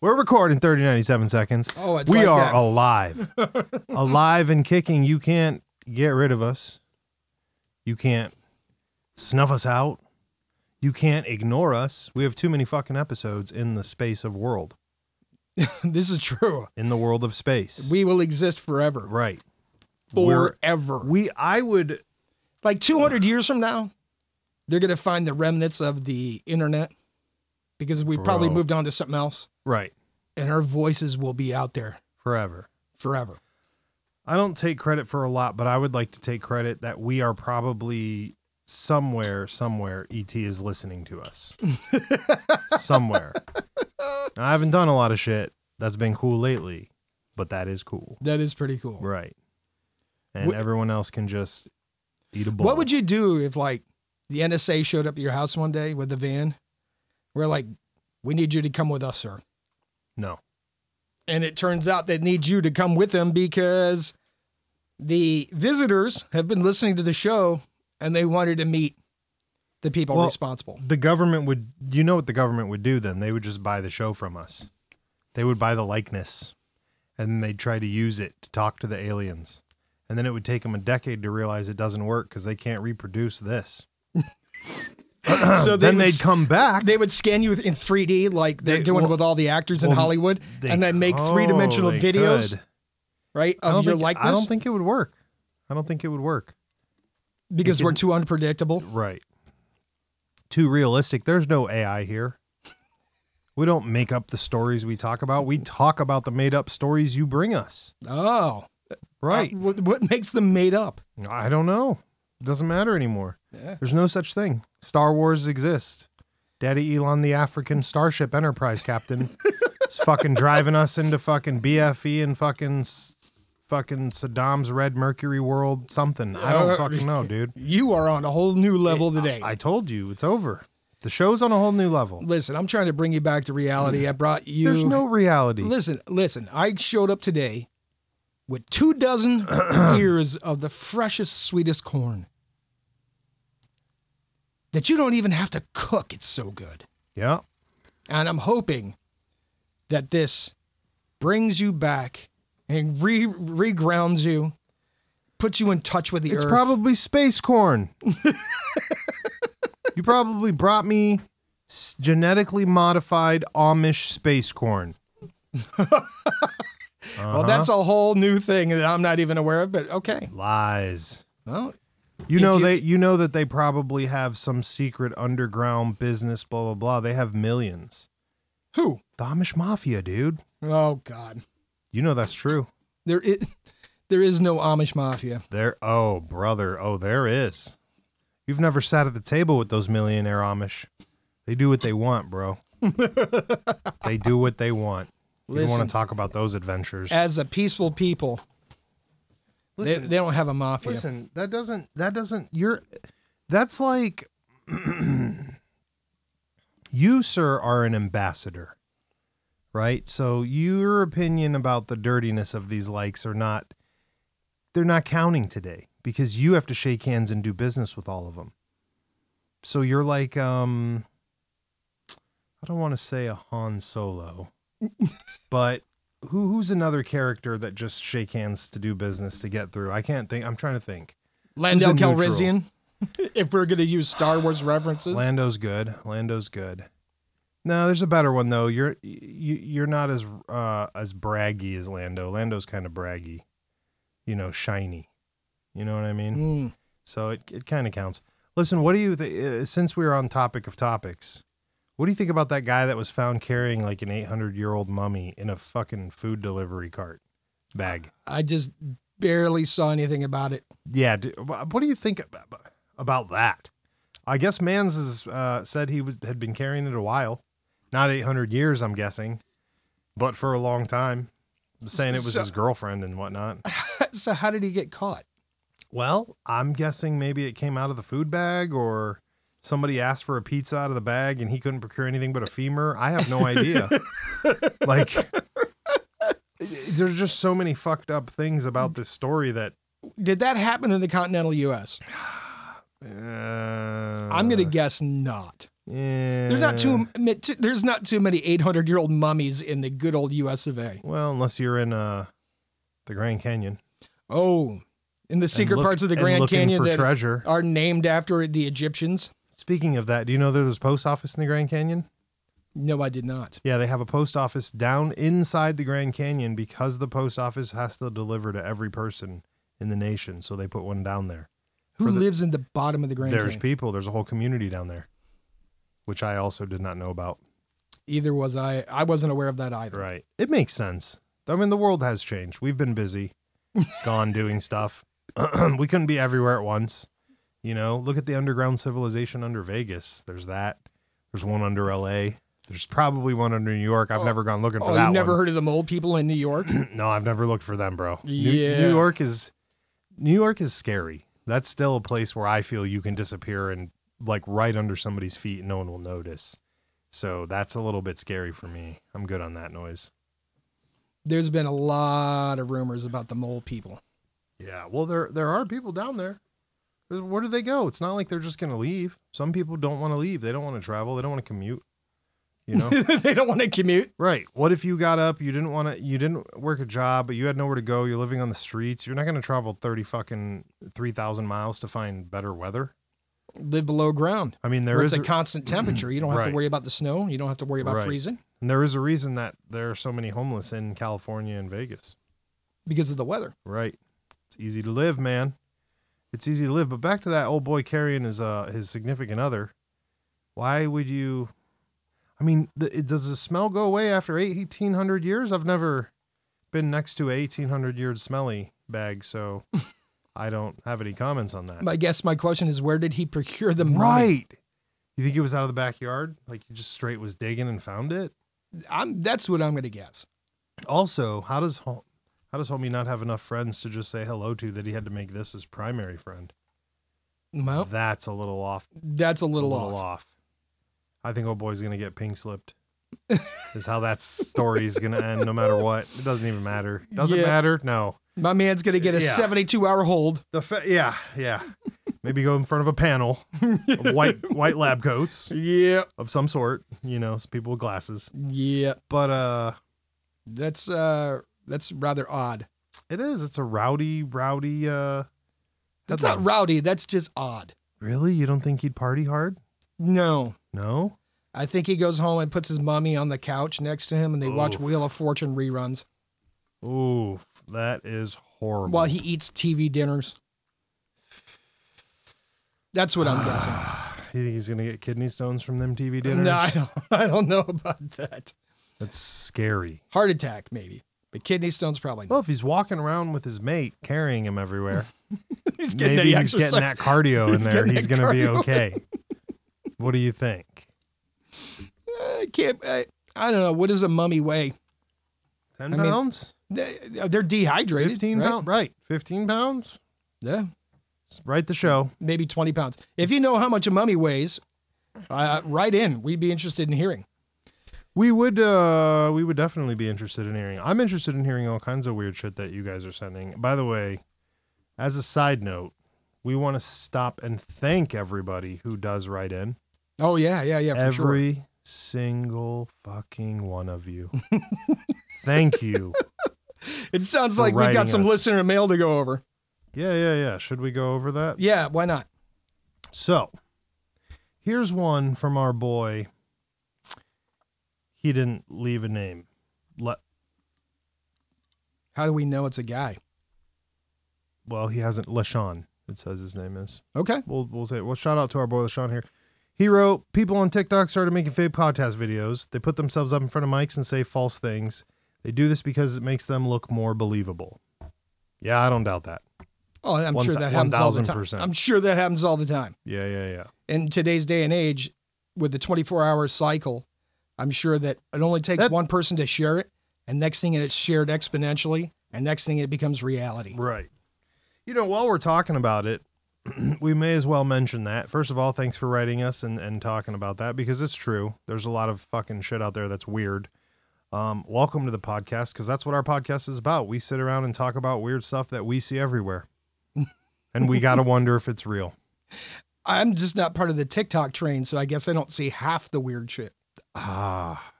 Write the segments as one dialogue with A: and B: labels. A: We're recording 30, 97 seconds.
B: Oh, it's
A: we
B: like
A: are
B: that.
A: alive. alive and kicking. You can't get rid of us. You can't snuff us out. You can't ignore us. We have too many fucking episodes in the space of world,
B: this is true.
A: in the world of space.
B: We will exist forever.
A: right. We're-
B: Forever.
A: We, I would,
B: like 200 years from now, they're going to find the remnants of the internet because we probably
A: Bro.
B: moved on to something else
A: right,
B: and our voices will be out there
A: forever.
B: forever.
A: I don't take credit for a lot, but I would like to take credit that we are probably somewhere, somewhere ET is listening to us. somewhere. Now, I haven't done a lot of shit that's been cool lately, but that is cool.
B: That is pretty cool.
A: Right. And
B: What-
A: everyone else can just eat a bowl.
B: What would you do if like the NSA showed up at your house one day with a van? We're like, we need you to come with us, sir.
A: No.
B: And it turns out they need you to come with them because the visitors have been listening to the show and they wanted to meet the people
A: Well-
B: responsible.
A: The government would you know what the government would do then? They would just buy the show from us. They would buy the likeness and then they'd try to use it to talk to the aliens. And then it would take them a decade to realize it doesn't work because they can't reproduce this.
B: so
A: then
B: would
A: they'd
B: s-
A: come back.
B: They would scan you in 3D like they're
A: They-
B: doing
A: well,
B: with all the actors in
A: well,
B: Hollywood,
A: They-
B: and then make
A: oh,
B: three dimensional
A: they
B: videos,
A: could.
B: right,
A: I don't
B: of your
A: think-
B: likeness.
A: I don't think it would work. I don't think it would work.
B: because
A: you
B: we're
A: can-
B: too unpredictable.
A: Right. Too realistic. There's no AI here. We don't make up the stories we talk about. We talk about the made up stories you bring us.
B: Oh,
A: Right.
B: Uh, what, what makes them made up?
A: I don't know. Doesn't matter anymore.
B: Yeah.
A: There's no such thing. Star Wars exists. Daddy Elon, the African Starship Enterprise captain, is fucking driving us into fucking BFE and fucking s- fucking Saddam's Red Mercury World something. I don't fucking know, dude.
B: You are on a whole new level today.
A: I told you it's over. The show's on a whole new level.
B: listen, I'm trying to bring you back to reality. I brought you.
A: Mm. There's no reality.
B: Listen, listen. I showed up today with two dozen ears of the freshest, sweetest corn that you don't even have to cook. It's so good.
A: Yeah.
B: And I'm hoping that this brings you back and re regrounds you, puts you in touch with the
A: It's
B: earth.
A: probably space corn. you probably brought me s- genetically modified Amish space corn.
B: Well, that's a whole new thing that I'm not even aware of, but okay.
A: Lies.
B: Well,
A: You
B: If
A: know
B: you-
A: they you know that they probably have some secret underground business, blah blah blah. They have millions.
B: who?
A: The Amish Mafia, dude.
B: Oh God,
A: You know that's true.
B: there is there is no Amish mafia.
A: There oh brother. Oh there is. You've never sat at the table with those millionaire Amish. They do what they want, bro. they do what they want. You don't
B: Listen.
A: want to talk about those adventures.
B: As a peaceful people, they,
A: Listen.
B: they don't have a mafia.
A: Listen, that doesn't that doesn't you're that's like you sir are an ambassador. Right? So your opinion about the dirtiness of these likes are not they're not counting today because you have to shake hands and do business with all of them. So you're like um I don't want to say a Han Solo, but who who's another character that just shake hands to do business to get through? I can't think. I'm trying to think.
B: Landel
A: Who's a neutral?
B: Calrissian. if we're gonna use Star Wars references,
A: Lando's good. Lando's good. No, there's a better one though. You're you, you're not as uh as braggy as Lando. Lando's kind of braggy. You know, shiny. You know what I mean?
B: Mm.
A: So it it kind of counts. Listen, what do you th- uh, since we are on topic of topics? What do you think about that guy that was found carrying like an 800-year-old mummy in a fucking food delivery cart bag?
B: I just barely saw anything about it.
A: Yeah. Do, wha- what do you think ab- about that? I guess Mans has uh, said he was, had been carrying it a while, not 800 years, I'm guessing, but for a long time, saying it was
B: So-
A: his girlfriend and whatnot.
B: so how did he get caught?
A: Well, I'm guessing maybe it came out of the food bag or somebody asked for a pizza out of the bag and he couldn't procure anything but a femur. I have no idea. like, there's just so many fucked up things about this story that.
B: Did that happen in the continental U.S.?
A: Uh,
B: I'm gonna guess not.
A: Yeah.
B: There's not too m- too- there's not too many 800 year old mummies in the good old U.S. of A.
A: Well, unless you're in uh, the Grand Canyon.
B: Oh, in the
A: and
B: secret
A: look-
B: parts of the
A: and
B: Grand
A: looking
B: Canyon
A: for
B: that
A: treasure.
B: are named after the Egyptians.
A: Speaking of that, do you know there's a post office in the Grand Canyon?
B: No, I did not.
A: Yeah, they have a post office down inside the Grand Canyon because the post office has to deliver to every person in the nation. So they put one down there.
B: Who
A: For the-
B: lives in the bottom of the Grand
A: there's
B: Canyon?
A: people, there's a whole community down there, which I also did not know about.
B: Either was I. I wasn't aware of that either.
A: Right. It makes sense. I mean, the world has changed. We've been busy, gone doing stuff. we couldn't be everywhere at once. You know, look at the underground civilization under Vegas. There's that. There's one under LA. There's probably one under New York. I've
B: Oh.
A: never gone looking for
B: Oh,
A: that
B: you never
A: one.
B: heard of the mole people in New York?
A: no, I've never looked for them, bro. New- New,
B: Yeah.
A: York is New York is scary. That's still a place where I feel you can disappear and like right under somebody's feet and no one will notice. So that's a little bit scary for me. I'm good on that noise.
B: There's been a lot of rumors about the mole people.
A: Yeah, well, there there are people down there. Where do they go? It's not like they're just going to leave. Some people don't want to leave. They don't want to travel. They don't want to commute. You know,
B: they don't want to commute.
A: right? What if you got up? You didn't want to. You didn't work a job, but you had nowhere to go. You're living on the streets. You're not going to travel thirty fucking three thousand miles to find better weather.
B: Live below ground.
A: I mean, there
B: where
A: is
B: it's
A: a,
B: a constant temperature. You don't have
A: Right.
B: to worry about the snow. You don't have to worry about
A: Right.
B: freezing
A: there is a reason that there are so many homeless in California and Vegas.
B: because of the weather.
A: Right. It's easy to live, man. It's easy to live. But back to that old boy carrying his uh his significant other. Why would you? I mean, th- it- does the smell go away after eighteen hundred years? I've never been next to a eighteen hundred year smelly bag, so I don't have any comments on that.
B: I guess my question is, where did he procure the mummy?
A: Right. You think it was out of the backyard? Like you just straight was digging and found it?
B: I'm, that's what I'm going to guess.
A: Also, how does home how does homie not have enough friends to just say hello to that he had to make this his primary friend?
B: Well,
A: That's a little off
B: that's a little,
A: a little
B: off.
A: off. I think old boy's gonna get pink slipped. is how that story is gonna end, no matter what. It doesn't even matter. Does it
B: Yeah.
A: matter? No.
B: My man's going to get a
A: Yeah.
B: 72 hour hold.
A: The fa- yeah yeah. Maybe go in front of a panel of white white lab coats
B: Yeah.
A: of some sort. You know, some people with glasses.
B: Yeah.
A: But uh,
B: That's, uh, that's rather odd.
A: it is. It's a rowdy rowdy. uh
B: That's
A: headline.
B: not rowdy. That's just odd.
A: really. You don't think he'd party hard?
B: No.
A: No.
B: I think he goes home and puts his mummy on the couch next to him and they watch
A: Oof.
B: Wheel of Fortune reruns
A: Ooh, that is horrible.
B: while he eats TV dinners. That's what I'm guessing.
A: you think he's gonna get kidney stones from them TV dinners?
B: No, I don't, I don't know about that.
A: That's scary.
B: Heart attack, maybe. But kidney stones, probably not.
A: Well, if he's walking around with his mate carrying him everywhere,
B: he's
A: maybe
B: that
A: he's getting
B: exercise.
A: that cardio in
B: He's
A: there.
B: getting
A: He's
B: that
A: going to be
B: cardio.
A: okay. what do you think?
B: Uh, I can't, I, I don't know. What does a mummy weigh?
A: 10
B: I mean,
A: pounds?
B: They, they're dehydrated.
A: 15
B: right?
A: pounds? Right. 15 pounds?
B: Yeah,
A: S- Write the show.
B: maybe 20 pounds. If you know how much a mummy weighs, uh, write in. We'd be interested in hearing.
A: We would uh we would definitely be interested in hearing. I'm interested in hearing all kinds of weird shit that you guys are sending. By the way, as a side note, we want to stop and thank everybody who does write in.
B: Oh, yeah, yeah, yeah, for sure.
A: every single fucking one of you. Thank you.
B: It sounds
A: for
B: like we've
A: writing
B: got some
A: us.
B: listener mail to go over.
A: Yeah, yeah, yeah. Should we go over that?
B: Yeah, why not?
A: So, here's one from our boy. He didn't leave a name. Le-
B: How do we know it's a guy?
A: well, he hasn't. LaShawn, it says his name is.
B: Okay.
A: We'll, we'll say, well, shout out to our boy LaShawn here. He wrote, People on TikTok started making fake podcast videos. They put themselves up in front of mics and say false things. They do this because it makes them look more believable. Yeah, I don't doubt that.
B: Oh, I'm
A: One
B: sure
A: thou-
B: that happens all the time.
A: 1000%.
B: I'm sure that happens all the time.
A: Yeah, yeah, yeah.
B: in today's day and age with the 24 hour cycle, I'm sure that it only takes
A: That-
B: one person to share it. And next thing it's shared exponentially. And next thing it becomes reality.
A: Right. You know, while we're talking about it, we may as well mention that. First of all, thanks for writing us and, and talking about that because it's true. There's a lot of fucking shit out there that's weird. Um, welcome to the podcast because that's what our podcast is about. We sit around and talk about weird stuff that we see everywhere. and we got to wonder if it's real.
B: I'm just not part of the TikTok train, so I guess I don't see half the weird shit.
A: Ah,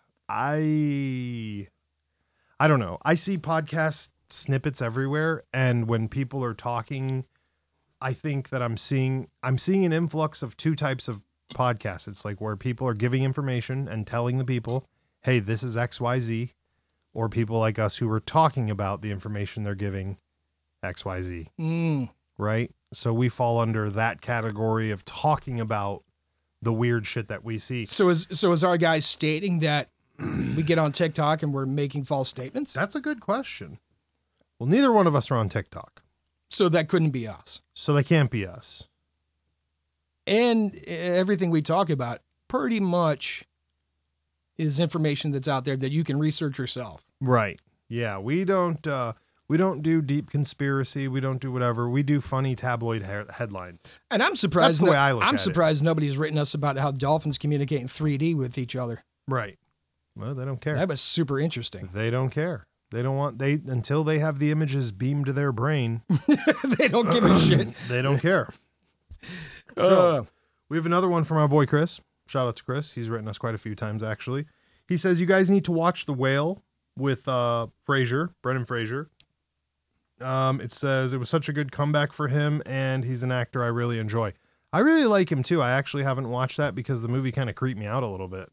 A: I, I don't know. I see podcast snippets everywhere, and when people are talking, I think that I'm seeing I'm seeing an influx of two types of podcasts. It's like where people are giving information and telling the people, "Hey, this is X Y Z," or people like us who are talking about the information they're giving, X Y Z.
B: Mm.
A: Right. So we fall under that category of talking about the weird shit that we see.
B: So is so is our guy stating that we get on TikTok and we're making false statements?
A: That's a good question. Well, neither one of us are on TikTok,
B: So that couldn't be us.
A: so they can't be us.
B: And eh, everything we talk about pretty much is information that's out there that you can research yourself.
A: Right. Yeah, we don't uh we don't do deep conspiracy, we don't do whatever. We do funny tabloid he- headlines.
B: And I'm surprised.
A: That's the way I look
B: am
A: at it.
B: surprised nobody's written us about how dolphins communicate in 3D with each other.
A: Right. Well, they don't care.
B: That was super interesting.
A: They don't care. They don't want they until they have the images beamed to their brain,
B: they don't give a shit.
A: Um, they don't care.
B: Uh,
A: We have another one from our boy Chris. Shout out to Chris. He's written us quite a few times actually. He says you guys need to watch The Whale with uh Fraser, Brendan Fraser. Um, it says it was such a good comeback for him, and he's an actor I really enjoy. I really like him too. I actually haven't watched that because the movie kind of creeped me out a little bit.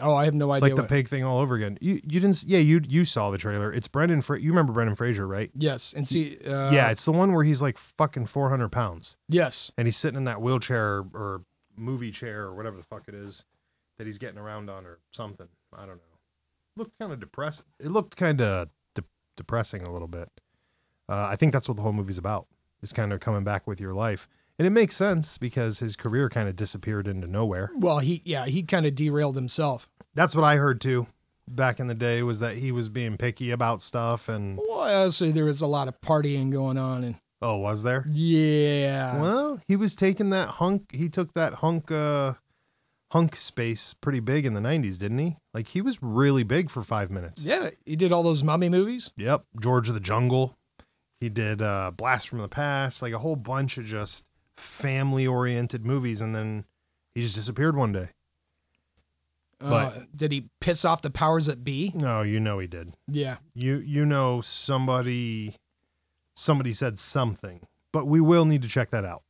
B: oh, I have no
A: It's
B: idea.
A: like the
B: what-
A: pig thing all over again. You you didn't s- yeah you you saw the trailer. It's Brendan. Fra- you remember Brendan Fraser, right?
B: yes, and see. Uh,
A: yeah, it's the one where he's like fucking four hundred pounds.
B: Yes.
A: and he's sitting in that wheelchair or, or movie chair or whatever the fuck it is that he's getting around on or something. I don't know. Looked kind of depressing. It looked kind of de- depressing a little bit. Uh, I think that's what the whole movie's about. Is kind of coming back with your life, and it makes sense because his career kind of disappeared into nowhere.
B: Well, he yeah he kind of derailed himself.
A: That's what I heard too. Back in the day, was that he was being picky about stuff, and
B: Well, so there was a lot of partying going on, and
A: oh, was there?
B: yeah,
A: Well, he was taking that hunk. He took that hunk, uh, hunk space pretty big in the '90s, didn't he? Like he was really big for five minutes.
B: yeah, he did all those mummy movies.
A: Yep. George of the Jungle. He did uh, Blast from the Past, like a whole bunch of just family-oriented movies, and then he just disappeared one day.
B: uh, did he piss off the powers that be?
A: No, you know he did.
B: Yeah,
A: You you know somebody somebody said something, but we will need to check that out.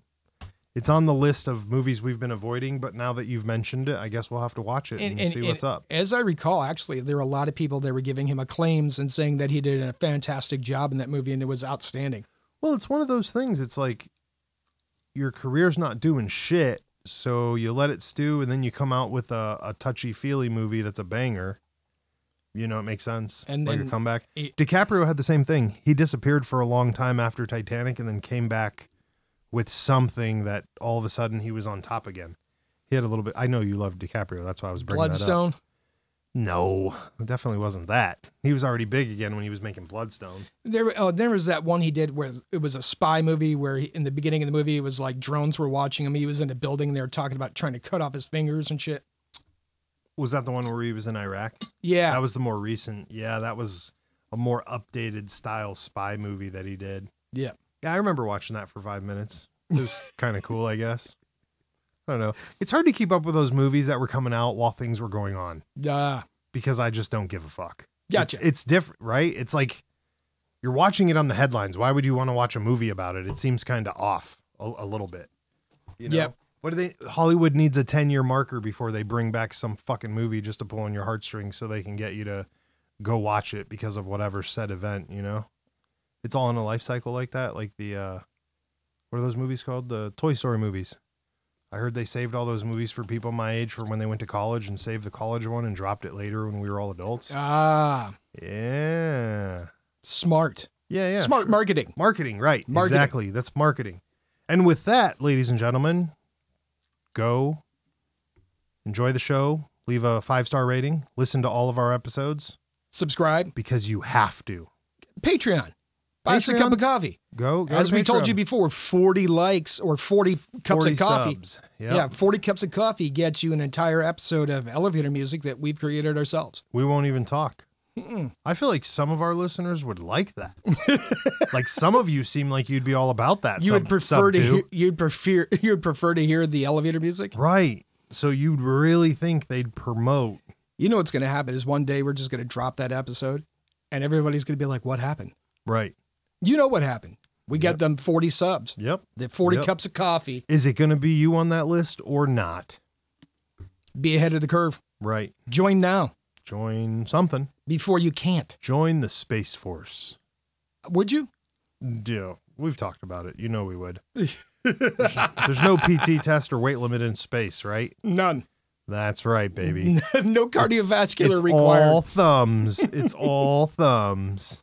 A: It's on the list of movies we've been avoiding, but now that you've mentioned it, I guess we'll have to watch it and, see what's up.
B: As I recall, actually, there were a lot of people that were giving him acclaims and saying that he did a fantastic job in that movie and it was outstanding.
A: Well, it's one of those things. It's like your career's not doing shit, so you let it stew, and then you come out with a, a touchy feely movie that's a banger. You know, it makes sense.
B: And
A: like
B: then
A: a comeback.
B: it-
A: DiCaprio had the same thing. He disappeared for a long time after Titanic, and then came back with something that all of a sudden he was on top again. He had a little bit. I know you love DiCaprio. That's why I was bringing that up.
B: Bloodstone.
A: No, it definitely wasn't that. He was already big again when he was making Bloodstone.
B: There, oh, there was that one he did where it was a spy movie where he, in the beginning of the movie it was like drones were watching him. He was in a building and they were talking about trying to cut off his fingers and shit.
A: Was that the one where he was in Iraq?
B: Yeah,
A: That was the more recent. Yeah, that was a more updated style spy movie that he did.
B: yeah.
A: Yeah, I remember watching that for five minutes. It was kind of cool, I guess. I don't know. It's hard to keep up with those movies that were coming out while things were going on
B: Ah,
A: because I just don't give a fuck.
B: Gotcha.
A: It's, it's different, right? It's like you're watching it on the headlines. Why would you want to watch a movie about it? It seems kind of off a, a little bit. You know?
B: Yep.
A: What do they? Hollywood needs a 10 year marker before they bring back some fucking movie just to pull on your heartstrings so they can get you to go watch it because of whatever said event, you know? It's all in a life cycle like that. Like the, uh, what are those movies called? The Toy Story movies. I heard they saved all those movies for people my age for when they went to college and saved the college one and dropped it later when we were all adults.
B: ah,
A: Yeah.
B: smart,
A: Yeah, yeah.
B: smart marketing.
A: Marketing, right.
B: Marketing.
A: Exactly. That's marketing. And with that, ladies and gentlemen, go enjoy the show, leave a five star rating, listen to all of our episodes
B: Subscribe,
A: because you have to.
B: Patreon, buy us a
A: Patreon?
B: cup of coffee.
A: Go, go
B: As
A: to
B: we told
A: Patreon.
B: you before, forty likes or forty cups
A: 40
B: of coffee.
A: subs.
B: Yeah, forty cups of coffee gets you an entire episode of elevator music that we've created ourselves.
A: We won't even talk. I feel like some of our listeners would like that. like some of you seem like you'd be all about that.
B: You
A: sub-
B: would prefer
A: sub
B: to
A: two.
B: hear, you'd prefer you'd prefer to hear the elevator music.
A: Right. So you'd really think they'd promote.
B: You know what's going to happen is one day we're just going to drop that episode, and everybody's going to be like, "What happened?"
A: Right.
B: You know what happened? We got
A: Yep.
B: them forty subs,
A: Yep.
B: the forty
A: Yep.
B: cups of coffee.
A: Is it going to be you on that list or not?
B: Be ahead of the curve.
A: Right.
B: Join now
A: Join something.
B: before you can't.
A: Join the Space Force.
B: Would you?
A: Yeah. We've talked about it. You know we would. There's no PT test or weight limit in space, right?
B: None.
A: That's right, baby.
B: no cardiovascular
A: it's
B: required.
A: all thumbs. It's all thumbs.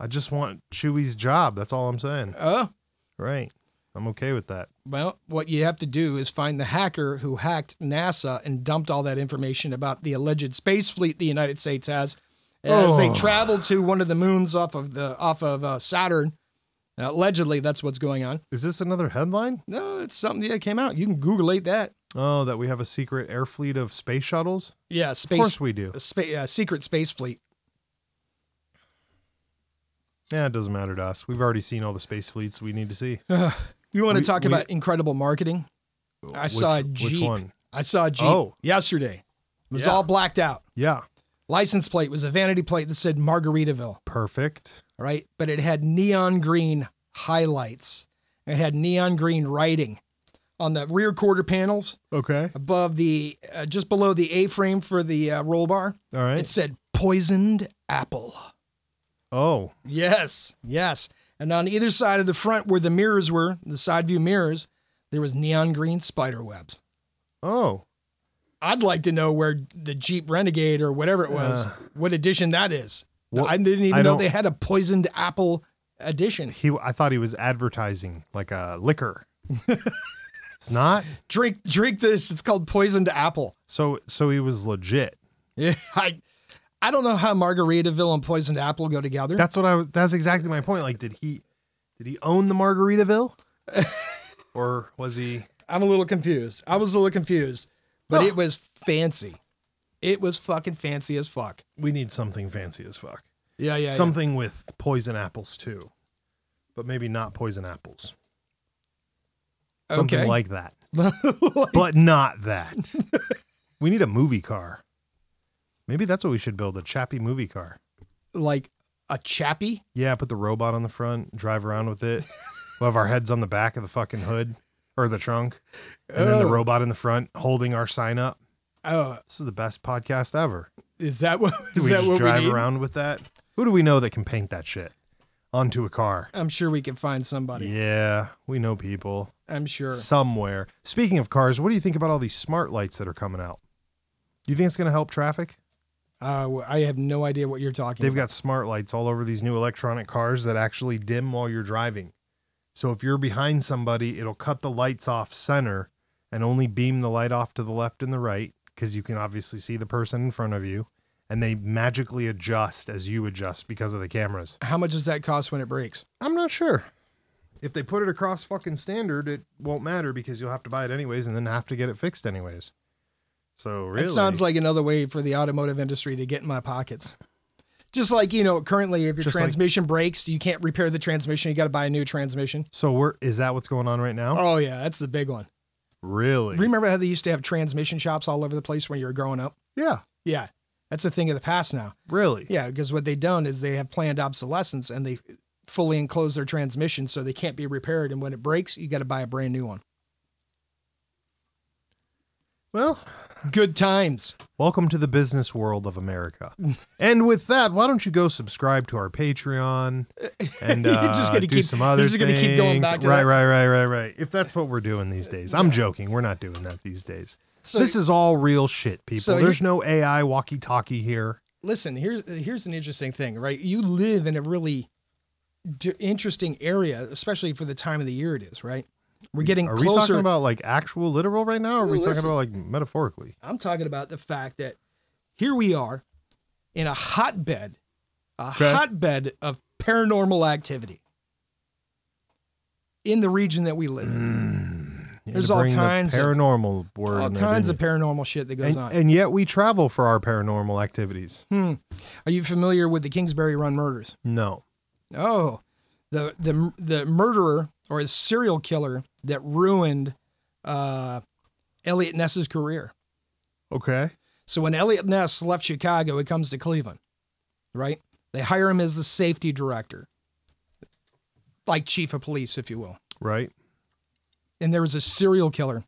A: I just want Chewie's job. That's all I'm saying.
B: Oh,
A: Right. I'm okay with that.
B: well, what you have to do is find the hacker who hacked NASA and dumped all that information about the alleged space fleet the United States has as they
A: Oh.
B: traveled to one of the moons off of the off of uh, Saturn. Now, allegedly, that's what's going on.
A: Is this another headline?
B: No, it's something that came out. You can Googleate that.
A: Oh, that we have a secret air fleet of space shuttles?
B: Yeah,
A: Of
B: space,
A: course we do.
B: spa- uh, secret space fleet.
A: Yeah, it doesn't matter to us. We've already seen all the space fleets we need to see.
B: You want to
A: We-
B: talk
A: we-
B: about incredible marketing? I
A: Which-
B: saw a
A: Which
B: Jeep.
A: one?
B: I saw a Jeep
A: Oh.
B: yesterday. It was
A: Yeah.
B: all blacked out.
A: Yeah.
B: License plate was a vanity plate that said Margaritaville.
A: Perfect.
B: All right, but it had neon green highlights. It had neon green writing on the rear quarter panels
A: Okay.
B: above the uh, just below the A-frame for the uh, roll bar.
A: All right.
B: It said poisoned apple.
A: oh,
B: Yes, yes. And on either side of the front where the mirrors were, the side view mirrors, there was neon green spider webs.
A: oh.
B: I'd like to know where the Jeep Renegade or whatever it was,
A: Uh.
B: what edition that is.
A: Well,
B: I didn't even
A: I
B: know
A: don't-
B: they had a poisoned apple edition.
A: He. I thought he was advertising like a liquor. it's not.
B: Drink, drink this. It's called poisoned apple.
A: So, so he was legit.
B: Yeah, I, I don't know how Margaritaville and poisoned apple go together.
A: That's what I was. That's exactly my point. Like, did he, did he own the Margaritaville, or was he?
B: I'm a little confused. I was a little confused, but
A: Huh.
B: it was fancy. It was fucking fancy as fuck.
A: We need something fancy as fuck.
B: Yeah, yeah. yeah.
A: something with poison apples too, but maybe not poison apples. Something
B: Okay.
A: like that,
B: Like-
A: but not that. we need a movie car. Maybe that's what we should build a Chappie movie car.
B: like a chappie.
A: Yeah, put the robot on the front, drive around with it. we'll have our heads on the back of the fucking hood or the trunk, and then the
B: Oh.
A: robot in the front holding our sign up.
B: Oh,
A: This is the best podcast ever.
B: is that what?
A: Do
B: Is
A: we
B: that
A: just
B: what
A: drive
B: we need?
A: around with that? Who do we know that can paint that shit onto a car?
B: I'm sure we can find somebody.
A: Yeah, we know people.
B: I'm sure.
A: somewhere. Speaking of cars, what do you think about all these smart lights that are coming out? You think it's going to help traffic?
B: Uh, w- I have no idea what you're talking.
A: They've got smart lights all over these new electronic cars that actually dim while you're driving. So if you're behind somebody, it'll cut the lights off center and only beam the light off to the left and the right because you can obviously see the person in front of you. And they magically adjust as you adjust because of the cameras.
B: About. How much does that cost when it breaks?
A: I'm not sure. If they put it across fucking standard, it won't matter because you'll have to buy it anyways and then have to get it fixed anyways. So really,
B: It sounds like another way for the automotive industry to get in my pockets. Just like you know, currently, if your
A: Just like-
B: transmission breaks, you can't repair the transmission. You got to buy a new transmission.
A: so we're is that what's going on right now?
B: Oh yeah, that's the big one.
A: really?
B: Remember how they used to have transmission shops all over the place when you were growing up?
A: yeah,
B: Yeah, that's a thing of the past now.
A: really.
B: Yeah, because what they done is they have planned obsolescence and they fully enclose their transmission so they can't be repaired. And when it breaks, you got to buy a brand new one.
A: Well,
B: Good times.
A: welcome to the business world of America. and with that, why don't you go subscribe to our Patreon and
B: You're
A: uh,
B: just gonna
A: do
B: keep-
A: some other
B: you're just gonna keep going
A: things.
B: back to
A: right,
B: that.
A: right, right, right, right. If that's what we're doing these days, I'm joking. We're not doing that these days.
B: So
A: this is all real shit, people.
B: so
A: There's no AI walkie-talkie here.
B: listen, here's here's an interesting thing, right? You live in a really d- interesting area, especially for the time of the year it is, right? We're getting
A: Are we
B: closer.
A: talking about like actual literal right now? Or are we
B: Listen.
A: talking about like metaphorically?
B: I'm talking about the fact that here we are in a hotbed, a
A: Okay.
B: hotbed of
A: Mm.
B: paranormal activity in the region that we live in.
A: You had
B: There's
A: to
B: all
A: bring the
B: kinds of-
A: paranormal word.
B: All
A: in there,
B: kinds of
A: didn't
B: paranormal shit that
A: you?
B: goes
A: and,
B: on.
A: and yet we travel for our paranormal activities.
B: Hmm. Are you familiar with the Kingsbury Run murders?
A: No.
B: Oh, the the the murderer or the serial killer that ruined uh, Elliot Ness's career.
A: Okay.
B: So when Elliot Ness left Chicago, he comes to Cleveland, right? They hire him as the safety director, like chief of police, if you will.
A: Right.
B: And there was a serial killer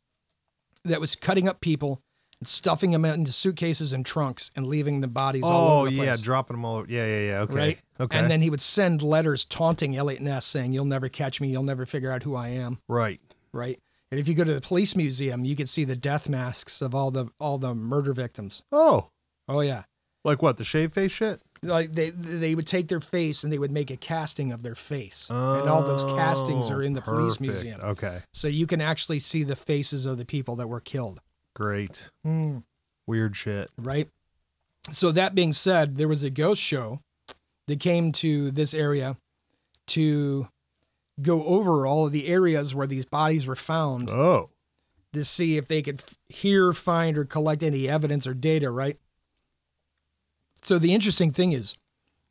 B: that was cutting up people and stuffing them into suitcases and trunks and leaving the bodies all
A: Oh
B: over the
A: yeah,
B: place.
A: dropping them all over. Yeah, yeah, yeah. Okay.
B: Right?
A: Okay.
B: And then he would send letters taunting Elliot Ness saying, You'll never catch me. You'll never figure out who I am.
A: right.
B: Right. And if you go to the police museum, you can see the death masks of all the all the murder victims.
A: Oh,
B: Oh yeah.
A: like what? The shave face shit?
B: Like they they would take their face and they would make a casting of their face. and all those castings
A: Oh,
B: are in the police
A: perfect.
B: museum.
A: Okay.
B: So you can actually see the faces of the people that were killed.
A: Great.
B: Hmm.
A: Weird shit.
B: right? So that being said, there was a ghost show that came to this area to go over all of the areas where these bodies were found
A: Oh.
B: to see if they could f- hear, find, or collect any evidence or data, right? So the interesting thing is,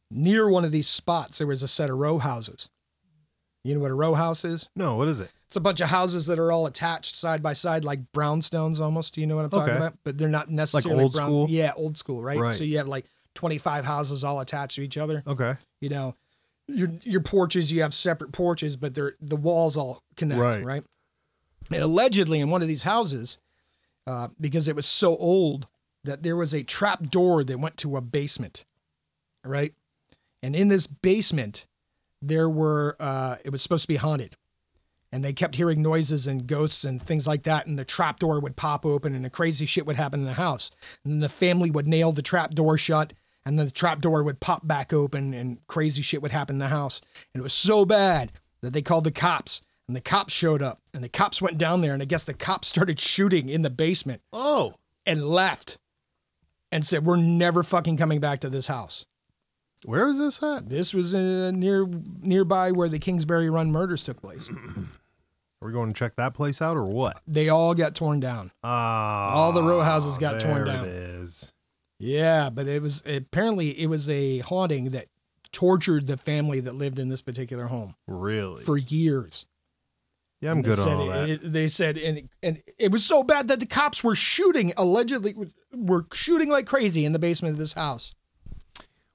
B: near one of these spots, there was a set of row houses. You know what a row house is?
A: No, what is it?
B: It's a bunch of houses that are all attached side by side, like brownstones almost. Do you know what I'm talking
A: Okay.
B: about? But they're not necessarily
A: old
B: brown.
A: school?
B: Yeah, old school, right?
A: Right.
B: So you have like 25 houses all attached to each other.
A: Okay.
B: You know, your your porches, you have separate porches, but they're the walls all connect,
A: Right.
B: right? And allegedly, in one of these houses, uh, because it was so old, that there was a trap door that went to a basement, right? And in this basement, there were uh, it was supposed to be haunted and they kept hearing noises and ghosts and things like that and the trap door would pop open and the crazy shit would happen in the house and then the family would nail the trap door shut and then the trap door would pop back open and crazy shit would happen in the house and it was so bad that they called the cops and the cops showed up and the cops went down there and i guess the cops started shooting in the basement
A: Oh.
B: and left and said we're never fucking coming back to this house
A: Where is this at?
B: this was uh, near nearby where the kingsbury run murders took place
A: Are we going to check that place out or what?
B: they all got torn down
A: Ah.
B: All the row houses got torn
A: there
B: down.
A: It is.
B: Yeah, but it was apparently it was a haunting that tortured the family that lived in this particular home
A: Really?
B: for years.
A: yeah, I'm
B: They
A: good on
B: said
A: all that.
B: it- they said, and and it was so bad that the cops were shooting allegedly were shooting like crazy in the basement of this house.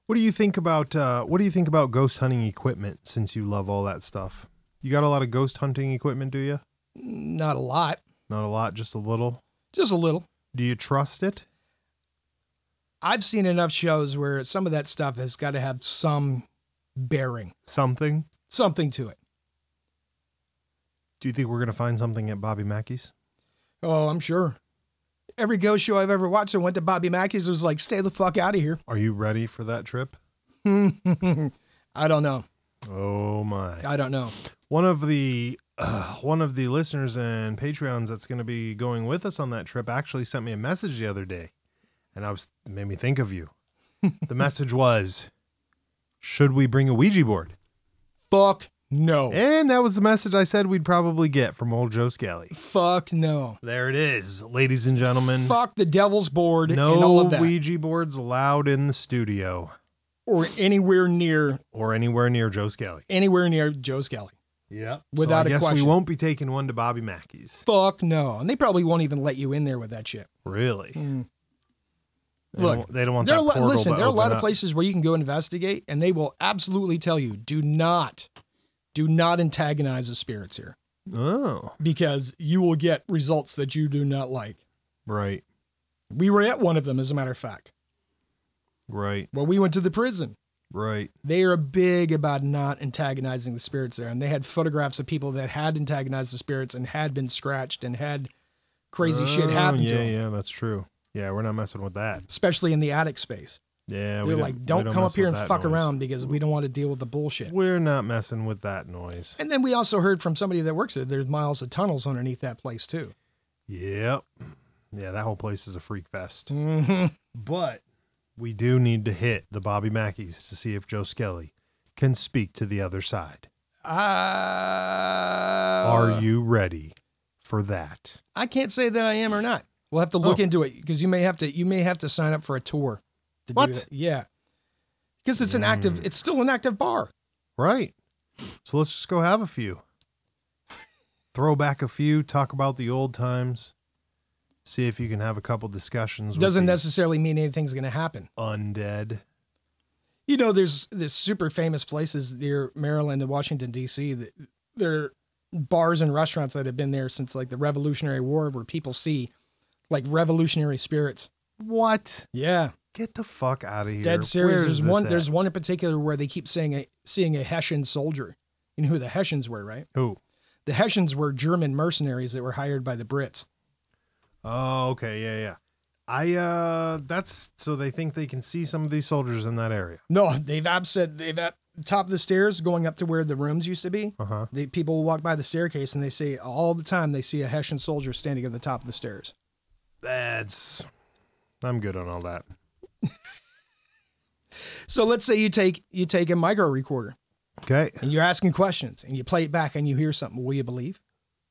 A: what do you think about uh, what do you think about ghost hunting equipment since you love all that stuff? You got a lot of ghost hunting equipment, do you?
B: Not a lot,
A: Not a lot, just a little.
B: just a little.
A: Do you trust it?
B: I've seen enough shows where some of that stuff has got to have some bearing,
A: Something?
B: something to it.
A: Do you think we're gonna find something at Bobby Mackey's?
B: Oh, I'm sure. Every ghost show I've ever watched that went to Bobby Mackey's was like, stay the fuck out of here.
A: Are you ready for that trip?
B: I don't know.
A: Oh my.
B: I don't know.
A: one of the uh, one of the listeners and patreons that's going to be going with us on that trip actually sent me a message the other day and i was it made me think of you the message was should we bring a ouija board
B: Fuck no.
A: and that was the message i said we'd probably get from old joe scally
B: Fuck no.
A: there it is ladies and gentlemen
B: Fuck the devil's board and all
A: Mm. no
B: of that.
A: ouija boards allowed in the studio
B: or anywhere near
A: or anywhere near joe scally
B: anywhere near Joe's Galley.
A: yep so
B: Without a
A: I guess we
B: question.
A: won't be taking one to bobby mackey's
B: Fuck no. And they probably won't even let you in there with that shit.
A: really They
B: Look,
A: don't- they don't want
B: There are
A: that
B: a lot,
A: portal
B: listen,
A: to
B: there are a lot
A: open
B: of
A: up.
B: places where you can go investigate and they will absolutely tell you do not do not antagonize the spirits here
A: Oh,
B: because you will get results that you do not like.
A: right,
B: We were at one of them as a matter of fact.
A: right,
B: Well, we went to the prison.
A: right.
B: they are big about not antagonizing the spirits there. And they had photographs of people that had antagonized the spirits and had been scratched and had crazy shit
A: Oh,
B: happen
A: Yeah,
B: to them,
A: yeah, that's true. Yeah, we're not messing with that.
B: especially in the attic space.
A: Yeah,
B: They're
A: don't-
B: like,
A: we
B: don't, come
A: mess
B: up here
A: with
B: and
A: that
B: fuck
A: noise.
B: around because we don't want to deal with the bullshit.
A: We're not messing with that noise.
B: And then we also heard from somebody that works there, there's miles of tunnels underneath that place too.
A: Yep. Yeah, that whole place is a freak fest. Mm-hmm.
B: Mhm.
A: But we do need to hit the Bobby Mackeys to see if Joe Skelly can speak to the other side.
B: Uh,
A: Are you ready for that.
B: I can't say that I am or not. We'll have to look
A: Oh.
B: into it because you may have to you may have to sign up for a tour. To do
A: What? Mm.
B: that. Yeah, because it's an active. It's still an active bar.
A: Right. So let's just go have a few. Throw back a few, talk about the old times, see if you can have a couple discussions
B: Doesn't
A: with
B: necessarily mean anything's going to happen.
A: the undead.
B: You know, there's there's super famous places near Maryland and Washington D.C. that there are bars and restaurants that have been there since like the Revolutionary War, where people see like revolutionary spirits.
A: What?
B: Yeah,
A: Get the fuck out of here.
B: dead serious.
A: Where
B: There's
A: is this
B: one.
A: at?
B: There's one in particular where they keep saying a seeing a Hessian soldier. You know who the Hessians were, right?
A: who?
B: The Hessians were German mercenaries that were hired by the Brits.
A: Oh, okay, yeah, yeah. I uh that's so they think they can see some of these soldiers in that area.
B: No, they've ab said they've at top of the stairs going up to where the rooms used to be.
A: Uh-huh.
B: They, people walk by the staircase and they say all the time they see a Hessian soldier standing at the top of the stairs.
A: That's I'm good on all that.
B: So let's say you take you take a micro recorder
A: Okay.
B: and you're asking questions and you play it back and you hear something. Will you believe?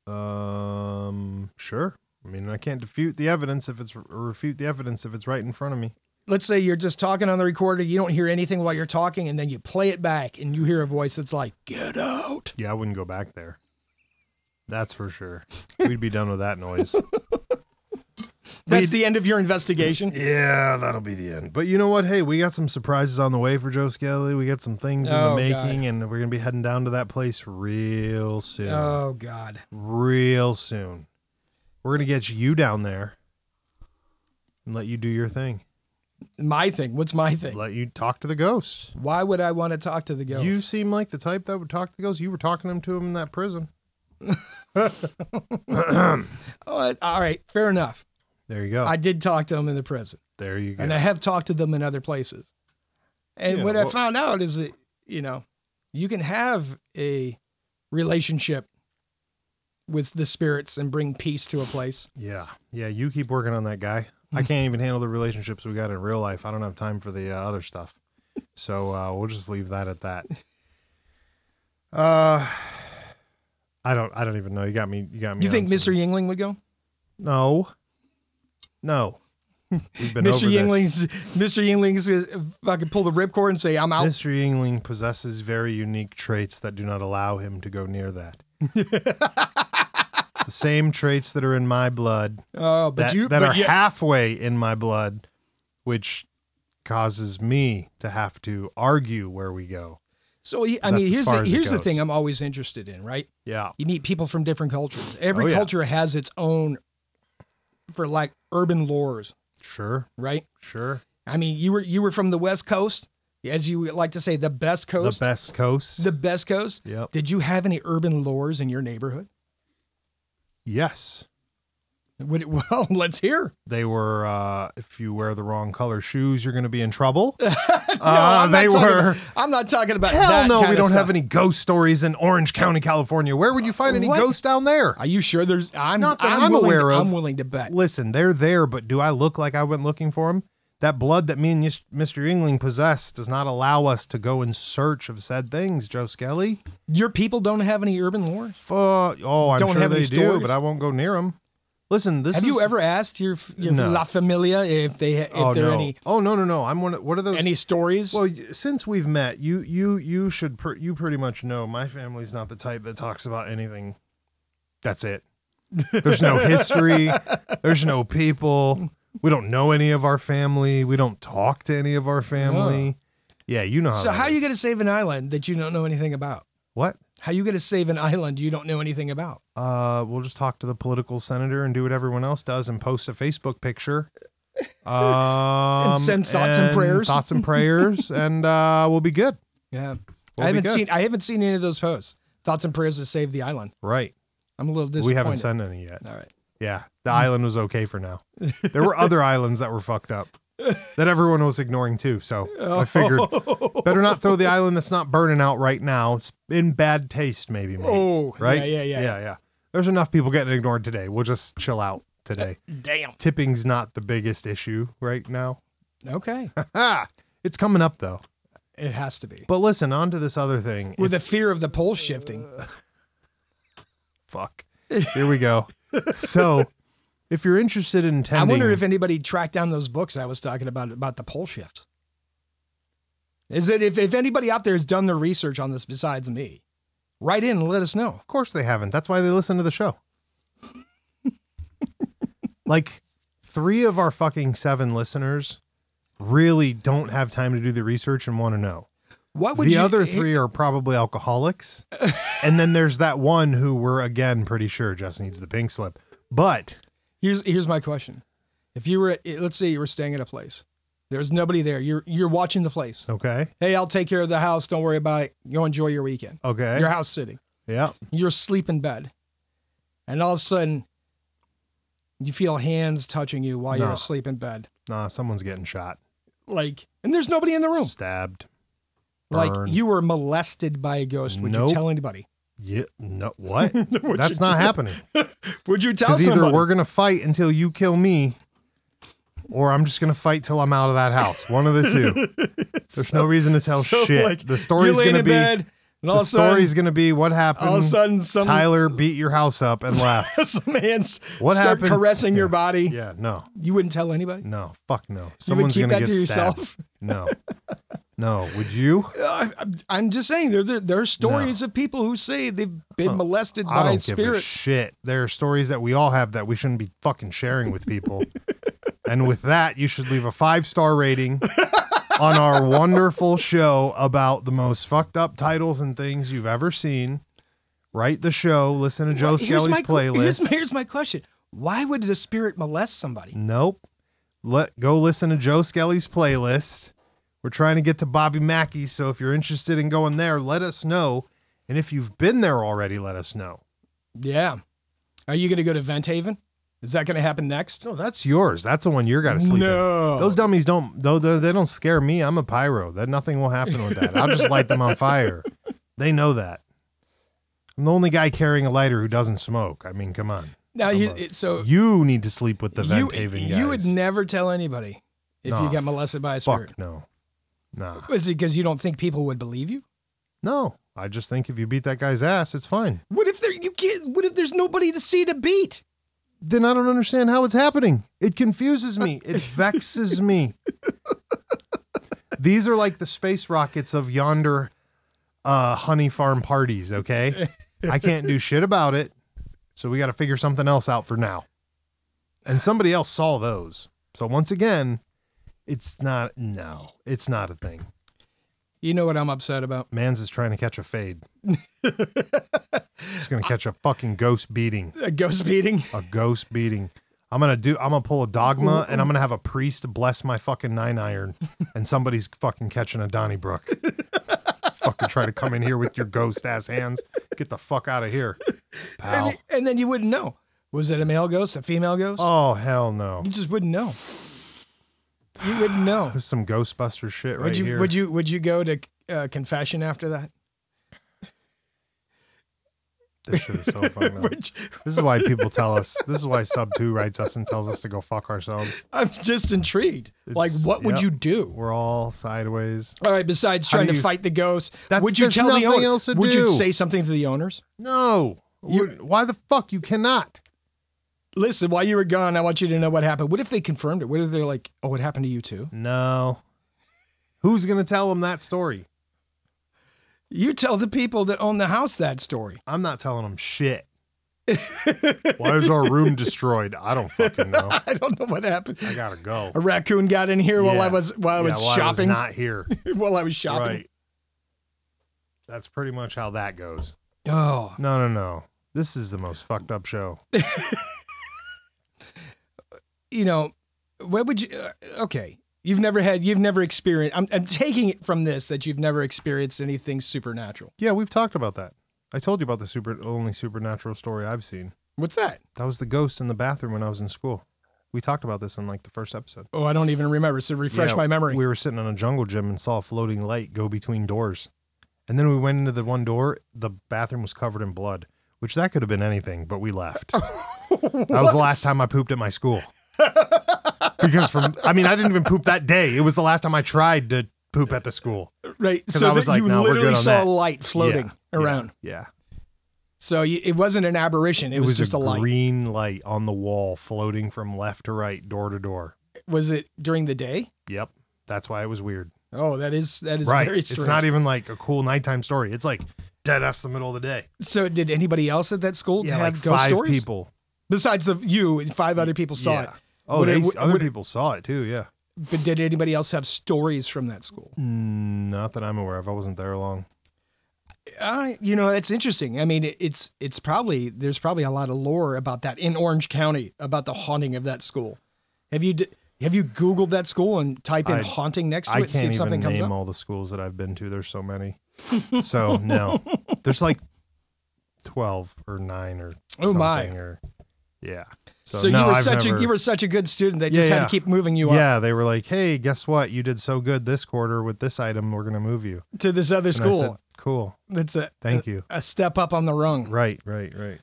A: Um sure. I mean, I can't defute the evidence if it's or refute the evidence if it's right in front of me.
B: Let's say you're just talking on the recorder, you don't hear anything while you're talking, and then you play it back and you hear a voice that's like, "Get out."
A: Yeah, I wouldn't go back there. That's for sure. We'd be done with that noise.
B: That's the end of your investigation.
A: Yeah, that'll be the end. But you know what? Hey, we got some surprises on the way for Joe Skelly. We got some things in the
B: Oh,
A: making, and we're gonna be heading down to that place real soon.
B: Oh God.
A: real soon. We're gonna get you down there and let you do your thing.
B: My thing. What's my thing?
A: Let you talk to the ghosts.
B: Why would I want to talk to the ghost?
A: You seem like the type that would talk to the ghosts. You were talking them to him in that prison.
B: Oh, all right, fair enough.
A: There you go.
B: I did talk to them in the prison,
A: there you go.
B: and I have talked to them in other places. And
A: Yeah,
B: what
A: well-
B: I found out is that you know, you can have a relationship with the spirits and bring peace to a place.
A: yeah, yeah. You keep working on that guy. I
B: Mm.
A: can't even handle the relationships we got in real life. I don't have time for the uh, other stuff. So uh, we'll just leave that at that. Uh, I don't. I don't even know. You got me. You got me.
B: You think
A: on some-
B: Mr. Yingling would go?
A: No. No. We've been over
B: Mr.
A: this.
B: Yingling's Mr. Yingling's if I could pull the ripcord and say I'm out.
A: Mr. Yingling possesses very unique traits that do not allow him to go near that. the same traits that are in my blood,
B: oh, but
A: that,
B: you
A: that
B: but
A: are
B: you-
A: halfway in my blood, which causes me to have to argue where we go.
B: so he, I
A: that's
B: mean
A: as
B: here's
A: far
B: the,
A: as it
B: here's the
A: goes.
B: thing I'm always interested in, right?
A: Yeah.
B: you meet people from different cultures. Every
A: Oh, yeah.
B: culture has its own, for like urban lores,
A: Sure.
B: right?
A: Sure.
B: I mean, you were you were from the West Coast, as you like to say, the best coast,
A: The best coast.
B: the best coast.
A: yep.
B: Did you have any urban lores in your neighborhood?
A: Yes.
B: Would it, well, let's hear.
A: They were, uh, if you wear the wrong color shoes, you're going to be in trouble. Uh,
B: No, I'm not
A: they
B: talking
A: were.
B: about- I'm not talking about.
A: Hell
B: that
A: no,
B: kind
A: we
B: of
A: don't have
B: stuff.
A: any ghost stories in Orange County, California. Where would you find any
B: What?
A: ghosts down there?
B: Are you sure there's? I'm
A: Not that
B: I'm,
A: I'm
B: willing to-
A: aware of.
B: I'm willing to bet.
A: Listen, they're there, but do I look like I went looking for them? That blood that me and Yus- Mr. Yingling possess does not allow us to go in search of said things, Joe Skelly.
B: Your people don't have any urban lore.
A: Fu- oh, I'm
B: Don't
A: sure
B: have
A: they
B: any
A: do,
B: stories?
A: but I won't go near them. Listen, this
B: Have
A: is,
B: you ever asked your, your
A: No.
B: La Familia if they if
A: Oh
B: there
A: no!
B: are any
A: oh no! No no! I'm one. Of, what are those?
B: any stories?
A: Well, y- since we've met, you you you should pr- you pretty much know my family's not the type that talks about anything. That's it. There's no history. There's no people. We don't know any of our family. We don't talk to any of our family. Yeah, you know how.
B: So
A: that
B: how you
A: is.
B: going to save an island that you don't know anything about?
A: what?
B: How you going to save an island you don't know anything about?
A: Uh, we'll just talk to the political senator and do what everyone else does and post a Facebook picture. Um,
B: send thoughts and prayers.
A: Thoughts and prayers, and uh, we'll be good.
B: Yeah,
A: We'll
B: I
A: be
B: haven't
A: good.
B: seen I haven't seen any of those posts. Thoughts and prayers to save the island.
A: Right.
B: I'm a little disappointed.
A: We haven't sent any yet.
B: All right.
A: Yeah,
B: Mm.
A: the island was okay for now. There were other islands that were fucked up that everyone was ignoring too. So I figured better not throw the island that's not burning out right now. It's in bad taste, maybe. Mate.
B: Oh,
A: right?
B: yeah, yeah, yeah.
A: yeah, yeah. There's enough people getting ignored today. We'll just chill out today.
B: Damn.
A: Tipping's not the biggest issue right now.
B: Okay.
A: Ah, it's coming up though.
B: it has to be.
A: But listen, on to this other thing. Uh,
B: With the fear of the pole shifting.
A: Fuck. Here we go. so if you're interested in
B: I
A: attending,
B: wonder if anybody tracked down those books I was talking about about the pole shift. Is it if, if anybody out there has done their research on this besides me, write in and let us know.
A: Of course they haven't. That's why they listen to the show. like three of our fucking seven listeners really don't have time to do the research and want to know.
B: What would
A: The
B: you,
A: other three are probably alcoholics. and then there's that one who we're again pretty sure just needs the pink slip. But
B: Here's here's my question: If you were, at, let's say you were staying at a place, there's nobody there. You're you're watching the place.
A: okay.
B: Hey, I'll take care of the house. Don't worry about it. Go enjoy your weekend.
A: Okay.
B: Your house sitting.
A: Yeah.
B: You're asleep in bed, and all of a sudden, you feel hands touching you while you're
A: No.
B: asleep in bed.
A: Nah, someone's getting shot.
B: Like, and there's nobody in the room.
A: Stabbed.
B: Oh. Like
A: Burn.
B: you were molested by a ghost. Would
A: Nope.
B: you tell anybody?
A: Yeah. No what?
B: Would
A: That's
B: you
A: not
B: do-
A: happening.
B: Would you tell
A: Because either
B: somebody?
A: we're gonna fight until you kill me, or I'm just gonna fight till I'm out of that house. One of the two. There's no reason to tell
B: So,
A: shit.
B: like,
A: the story's
B: you're laying
A: gonna
B: in
A: be
B: bed, and all
A: the
B: of a sudden,
A: story's gonna be what
B: all of a
A: happened.
B: sudden, some
A: Tyler beat your house up and left.
B: some hands
A: What
B: start
A: happened?
B: caressing your
A: Yeah.
B: body.
A: yeah, no,
B: You wouldn't tell anybody.
A: no, fuck no. Someone's
B: keep
A: gonna
B: that
A: get
B: to
A: stabbed.
B: yourself?
A: No, no. Would you?
B: Uh, I, I'm- I'm just saying there there, there are stories of people who say they've been molested
A: Oh, I
B: by
A: don't give a
B: spirit.
A: shit. There are stories that we all have that we shouldn't be fucking sharing with people. and with that, you should leave a five star rating on our wonderful show about the most fucked up titles and things you've ever seen. Write the show. Listen to Joe
B: Here's
A: Skelly's
B: my, Here's,
A: playlist.
B: here's my question: Why would the spirit molest somebody?
A: nope. Let go listen to Joe Skelly's playlist. We're trying to get to Bobby Mackey, so if you're interested in going there, let us know. And if you've been there already, let us know.
B: Yeah, are you going to go to Vent Haven? Is that going to happen next?
A: No, that's yours. Oh, That's the one you're got to sleep in.
B: no,
A: Those dummies don't though they they don't scare me. I'm a pyro. That nothing will happen with that. I'll just light them on fire. They know that. I'm the only guy carrying a lighter who doesn't smoke. I mean, come on.
B: now
A: come
B: here-
A: on.
B: it- so
A: You need to sleep with the
B: you
A: Vent Haven guys.
B: you would never tell anybody if
A: Nah,
B: you got molested by a spirit.
A: Fuck no. Nah.
B: Is it because you don't think people would believe you?
A: No. I just think if you beat that guy's ass, it's fine.
B: What if there you can't? What if there's nobody to see to beat?
A: Then I don't understand how it's happening. It confuses me. It vexes me. These are like the space rockets of yonder uh, honey farm parties, okay? I can't do shit about it. So we got to figure something else out for now. And somebody else saw those. So once again, it's not, no, it's not a thing.
B: You know what I'm upset about?
A: Mans is trying to catch a fade. He's going to catch a fucking ghost beating.
B: A ghost beating.
A: a ghost beating. I'm gonna do. I'm gonna pull a dogma, and I'm gonna have a priest bless my fucking nine iron, and somebody's fucking catching a Donnybrook. fucking try to come in here with your ghost ass hands. Get the fuck out of here, pal.
B: And, and then you wouldn't know. Was it a male ghost, a female ghost?
A: Oh hell no.
B: you just wouldn't know. You wouldn't know.
A: This is some Ghostbuster shit right
B: would you?
A: here.
B: Would you? Would you go to uh, confession after that?
A: this shit is so fucking. up.
B: Would you-
A: This is why people tell us. This is why Sub Two writes us and tells us to go fuck ourselves.
B: I'm just intrigued. like,
A: It's-
B: what would
A: yep.
B: you do?
A: We're all sideways.
B: All right. Besides
A: How do
B: trying to
A: you-
B: fight the ghost,
A: That's-
B: would you
A: there's
B: tell the
A: nothing
B: owners?
A: else to
B: would
A: do.
B: you say something to the owners?
A: No.
B: You-
A: why the fuck you cannot?
B: Listen, while you were gone, I want you to know what happened. What if they confirmed it? What if they're like, "Oh, it happened to you too"?
A: No. Who's gonna tell them that story?
B: You tell the people that own the house that story.
A: I'm not telling them shit. Why is our room destroyed? I don't fucking know.
B: I don't know what happened.
A: I gotta go.
B: A raccoon got in here while
A: Yeah.
B: I was while I
A: Yeah,
B: was
A: well,
B: shopping.
A: not here.
B: while I was shopping.
A: Right. That's pretty much how that goes.
B: Oh,
A: No, no, no. This is the most fucked up show.
B: you know, what would you? Uh, okay, you've never had, you've never experienced. I'm, I'm taking it from this that you've never experienced anything supernatural.
A: Yeah, we've talked about that. I told you about the super only supernatural story I've seen.
B: What's that?
A: That was the ghost in the bathroom when I was in school. We talked about this in like the first episode.
B: Oh, I don't even remember. So refresh
A: Yeah,
B: my memory.
A: We were sitting on a jungle gym and saw a floating light go between doors. And then we went into the one door. The bathroom was covered in blood, which that could have been anything, but we left. that was the last time I pooped at my school. because from, I mean, I didn't even poop that day. It was the last time I tried to poop at the school.
B: right.
A: 'Cause
B: So
A: I was
B: that
A: like,
B: you
A: no, we're good
B: literally
A: on
B: saw
A: that.
B: a light floating
A: Yeah,
B: around.
A: Yeah.
B: So y- it wasn't an aberration. It,
A: It
B: was,
A: was,
B: just
A: a,
B: a, light.
A: green light on the wall floating from left to right, door to door.
B: Was it during the day?
A: Yep. That's why it was weird.
B: Oh, that is that is
A: right.
B: very
A: It's
B: strange.
A: not even like a cool nighttime story. It's like dead ass the middle of the day.
B: so did anybody else at that school
A: e- Yeah,
B: have
A: like
B: ghost
A: five
B: stories
A: people
B: besides the you? and Five other people saw it.
A: Yeah. Oh,
B: Would
A: they,
B: it- would-
A: other
B: would it-
A: people saw it too. Yeah.
B: But did anybody else have stories from that school?
A: Mm, Not that I'm aware of. I wasn't there long.
B: Uh, you know, that's interesting. I mean, it, it's it's probably there's probably a lot of lore about that in Orange County about the haunting of that school. Have you d- have you Googled that school and type in
A: I-
B: haunting next to
A: I
B: it and see
A: can't
B: if something
A: even
B: comes
A: name
B: up?
A: all the schools that I've been to. There's so many. So no, there's like twelve or nine or
B: Oh, my.
A: something or yeah. So,
B: So,
A: no,
B: you were
A: I've
B: such
A: never,
B: a you were such a good student. They
A: Yeah,
B: just had
A: yeah.
B: to keep moving you up
A: yeah. They were like, hey, guess what? You did so good this quarter with this item. We're gonna move you.
B: to this other
A: And I
B: school.
A: said, cool.
B: that's a
A: Thank you.
B: a step up on the rung.
A: Right. Right. Right.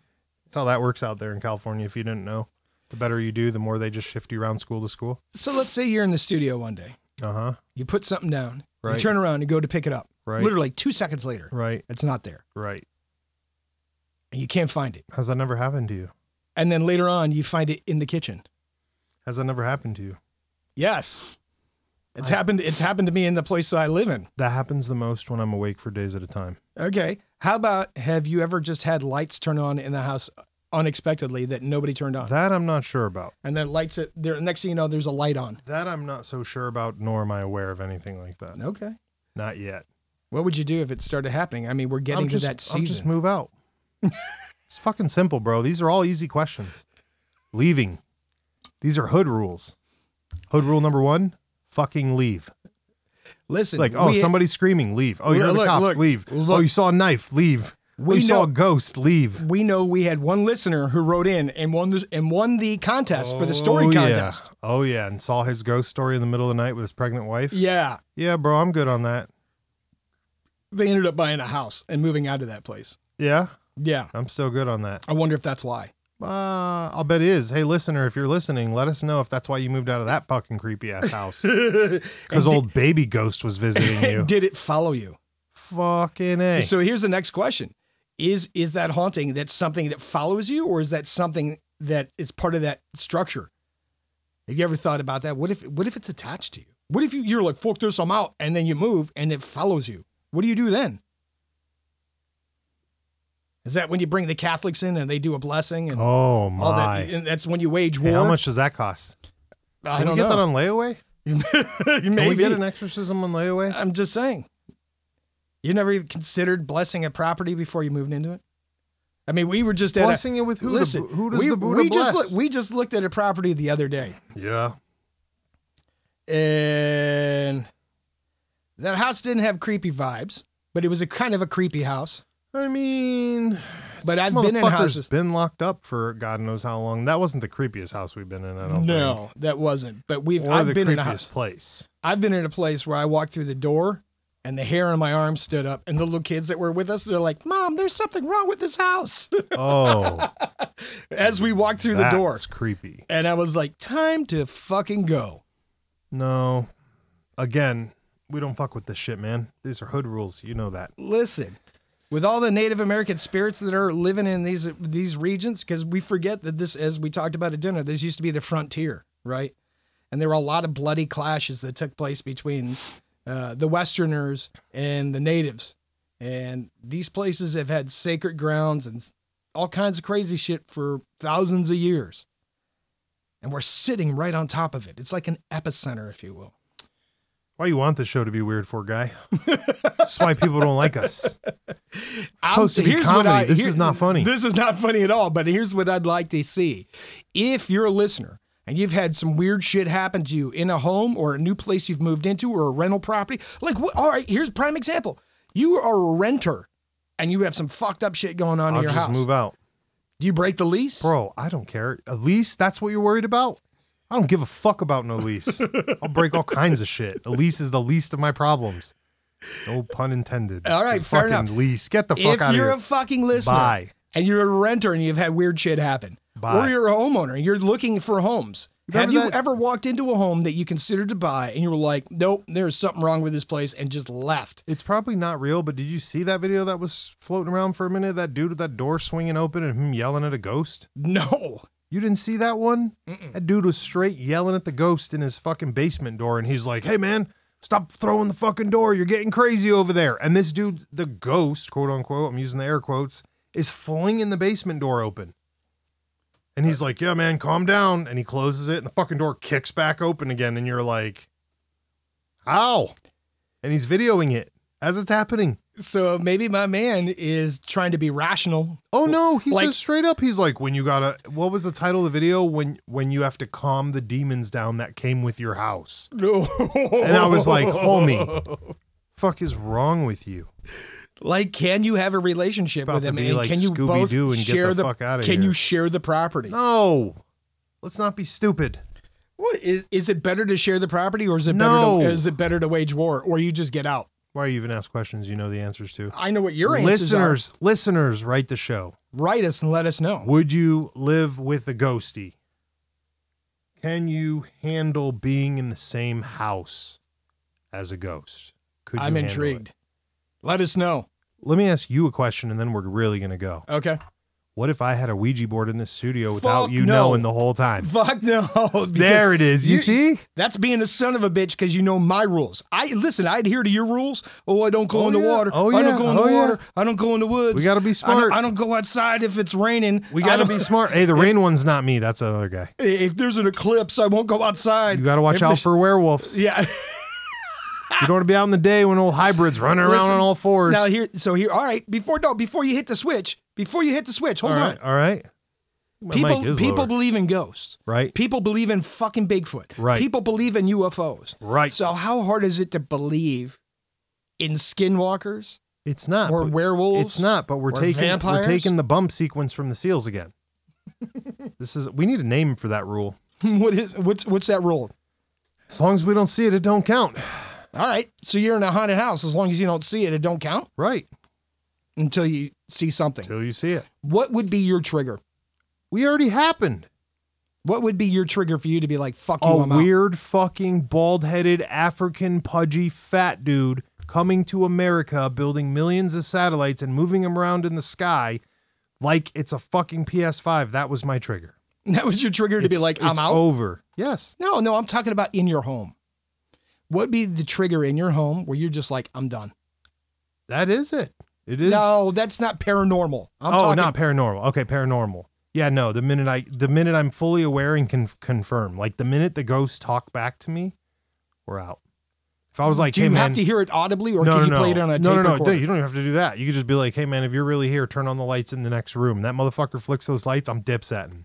A: That's how that works out there in California. If you didn't know, the better you do, the more they just shift you around school to school.
B: So let's say you're in the studio one day.
A: Uh huh.
B: You put something down.
A: Right.
B: You turn around and go to pick it up.
A: Right.
B: Literally two seconds later,
A: Right.
B: it's not there,
A: Right.
B: and you can't find it.
A: Has that never happened to you?
B: And then later on, you find it in the kitchen.
A: Has that never happened to you?
B: Yes. It's
A: I-
B: happened it's happened to me in the place that I live in.
A: That happens the most when I'm awake for days at a time.
B: Okay. How about have you ever just had lights turn on in the house unexpectedly that nobody turned on?
A: That I'm not sure about.
B: and then lights it there next thing you know there's a light on.
A: That I'm not so sure about, nor am I aware of anything like that.
B: Okay.
A: Not yet.
B: What would you do if it started happening? I mean, we're getting
A: I'm just,
B: to that
A: I'll just
B: season.
A: move out. it's fucking simple, bro. These are all easy questions. Leaving. These are hood rules. Hood rule number one: fucking leave.
B: Listen,
A: Like, oh,
B: we-
A: somebody's screaming, leave. Oh,
B: Look,
A: you heard the
B: look,
A: cops,
B: look,
A: leave. oh,
B: look.
A: you saw a knife, leave.
B: We
A: oh, you saw a
B: know-
A: ghost, leave.
B: we know we had one listener who wrote in and won the, and won the contest for the story
A: Oh, yeah.
B: contest.
A: Oh yeah, and saw his ghost story in the middle of the night with his pregnant wife.
B: Yeah.
A: Yeah, bro, I'm good on that.
B: They ended up buying a house and moving out of that place.
A: Yeah,
B: Yeah.
A: I'm still good on that.
B: I wonder if that's why.
A: Uh, I'll bet it is. Hey, listener, if you're listening, let us know if that's why you moved out of that fucking creepy ass house. Because old baby ghost was visiting you.
B: Did it follow you?
A: fucking A.
B: So here's the next question: Is is that haunting? That's something that follows you, or is that something that is part of that structure? Have you ever thought about that? What if what if it's attached to you? What if you, you're like fuck this, I'm out, and then you move and it follows you? What do you do then? Is that when you bring the Catholics in and they do a blessing and
A: oh,
B: all
A: my.
B: that? And that's when you wage war.
A: Hey, how much does that cost?
B: I
A: Can
B: don't
A: we get that
B: know.
A: on layaway? Can we
B: Maybe.
A: get an exorcism on layaway?
B: I'm just saying. You never even considered blessing a property before you moved into it. I mean, we were just at a-
A: Blessing it with who?
B: Listen,
A: the, Bu- who does
B: we,
A: the Buddha
B: we
A: bless?
B: Just look, we just looked at a property the other day,
A: yeah.
B: and that house didn't have creepy vibes, but it was a kind of a creepy house.
A: I mean,
B: But I've been in
A: motherfucker's
B: houses.
A: been locked up for God knows how long. That wasn't the creepiest house we've been in. I don't think.
B: No, that wasn't. But we've
A: or
B: I've
A: the
B: been
A: creepiest
B: in a house.
A: place.
B: I've been in a place where I walked through the door and the hair on my arm stood up, and the little kids that were with us, they're like, "Mom, there's something wrong with this house."
A: Oh,
B: As we walked through the door,
A: That's creepy.
B: and I was like, "Time to fucking go."
A: No. Again, we don't fuck with this shit, man. These are hood rules. You know that.
B: listen, with all the Native American spirits that are living in these these regions, because we forget that this, as we talked about at dinner, this used to be the frontier, right? And there were a lot of bloody clashes that took place between uh, the Westerners and the natives, and these places have had sacred grounds and all kinds of crazy shit for thousands of years. And we're sitting right on top of it. It's like an epicenter, if you will.
A: Why you want this show to be weird for, guy? That's why people don't like us. supposed to be
B: here's
A: comedy.
B: what I-
A: This
B: here-
A: is not funny.
B: This is not funny at all. But here's what I'd like to see: if you're a listener and you've had some weird shit happen to you in a home or a new place you've moved into or a rental property, like what, all right, here's a prime example: you are a renter and you have some fucked up shit going on
A: I'll
B: in your
A: just
B: house.
A: move out.
B: Do you break the lease?
A: Bro, I don't care. A lease, that's what you're worried about? I don't give a fuck about no lease. I'll break all kinds of shit. A lease is the least of my problems. No pun intended.
B: All right,
A: You
B: fair
A: fucking
B: enough.
A: lease. Get the fuck
B: if
A: out of
B: you're
A: here.
B: a fucking listener
A: Bye.
B: and you're a renter and you've had weird shit happen,
A: Bye.
B: or you're a homeowner and you're looking for homes Have you
A: Remember that?
B: ever walked into a home that you considered to buy and you were like, nope, there's something wrong with this place and just left?
A: It's probably not real, but did you see that video that was floating around for a minute? That dude with that door swinging open and him yelling at a ghost?
B: No.
A: You didn't see that one? That dude was straight yelling at the ghost in his fucking basement door, and he's like, hey man, stop throwing the fucking door. You're getting crazy over there. And this dude, the ghost, quote unquote, I'm using the air quotes, is flinging the basement door open. And he's like, yeah man, calm down. And he closes it, and the fucking door kicks back open again, and you're like, how? And he's videoing it as it's happening.
B: So maybe my man is trying to be rational.
A: Oh no, he
B: like-
A: says straight up. He's like, when you gotta, what was the title of the video? When when you have to calm the demons down that came with your house.
B: No.
A: And I was like, homie, fuck is wrong with you?
B: Like, can you have a relationship
A: About
B: with
A: to
B: him?
A: be
B: and
A: like
B: can you both
A: Scooby-Doo and get
B: share
A: the fuck outta
B: Can
A: here.
B: you share the property?
A: No, let's not be stupid.
B: What is is it better to share the property or is it
A: No.
B: better to, is it better to wage war or you just get out?
A: Why you even ask questions you know the answers to?
B: I know what your answers are.
A: Listeners, listeners, write the show.
B: Write us and let us know.
A: Would you live with a ghosty? Can you handle being in the same house as a ghost? Could you
B: I'm
A: handle it?
B: intrigued. Let us know.
A: Let me ask you a question and then we're really going to go.
B: Okay.
A: What if I had a Ouija board in this studio without
B: Fuck
A: you
B: no.
A: knowing the whole time?
B: Fuck no. because
A: There it is. You, see?
B: That's being a son of a bitch because you know my rules. I listen. I adhere to your rules. Oh, I don't go
A: Oh,
B: in the
A: yeah.
B: water.
A: Oh,
B: I
A: yeah.
B: don't go in
A: Oh,
B: the
A: yeah.
B: water. I don't go in the woods.
A: We got to be smart.
B: I don't, I don't go outside if it's raining.
A: we
B: I
A: got to
B: don't-
A: be smart. Hey, the rain one's not me. That's another guy.
B: If there's an eclipse, I won't go outside.
A: You got to watch
B: If
A: out
B: there's-
A: for werewolves.
B: Yeah.
A: You don't want to be out in the day when old hybrids running around
B: Listen,
A: on all fours.
B: now here. So here. All right. Before no. Before you hit the switch. Before you hit the switch. Hold
A: all
B: on.
A: right. All right. My
B: People.
A: mic is
B: People
A: lower,
B: believe in ghosts.
A: right?
B: People believe in fucking Bigfoot.
A: Right.
B: People believe in UFOs.
A: Right.
B: So how hard is it to believe in skinwalkers
A: it's not.
B: or
A: Uh, but-
B: werewolves?
A: It's not, but we're
B: Or
A: taking
B: vampires?
A: we're taking the bump sequence from the seals again. this is we need a name for that rule.
B: what is what's what's that rule?
A: As long as we don't see it, it don't count.
B: All right, so you're in a haunted house as long as you don't see it, it don't count
A: Right.
B: until you see something.
A: Till you see it.
B: What would be your trigger?
A: We already happened.
B: What would be your trigger for you to be like, fuck you,
A: A
B: I'm out?
A: Oh, weird fucking bald headed African pudgy fat dude coming to America, building millions of satellites and moving them around in the sky like it's a fucking PS5. That was my trigger.
B: That was your trigger to be like, I'm
A: It's
B: out.
A: over. Yes.
B: no, no, I'm talking about in your home. What would be the trigger in your home where you're just like, I'm done?
A: That is it. It is
B: no, that's not paranormal. I'm
A: oh,
B: talking
A: not paranormal. Okay, paranormal. Yeah, no. The minute I, the minute I'm fully aware and can confirm, like the minute the ghosts talk back to me, we're out. If I was like,
B: Do
A: hey
B: you
A: man,
B: have to hear it audibly, or
A: no,
B: can
A: no,
B: you play
A: no.
B: it on
A: no,
B: a tape
A: no, no,
B: recorder?
A: dude, you don't have to do that. You could just be like, hey man, if you're really here, turn on the lights in the next room. That motherfucker flicks those lights, I'm dipsetting.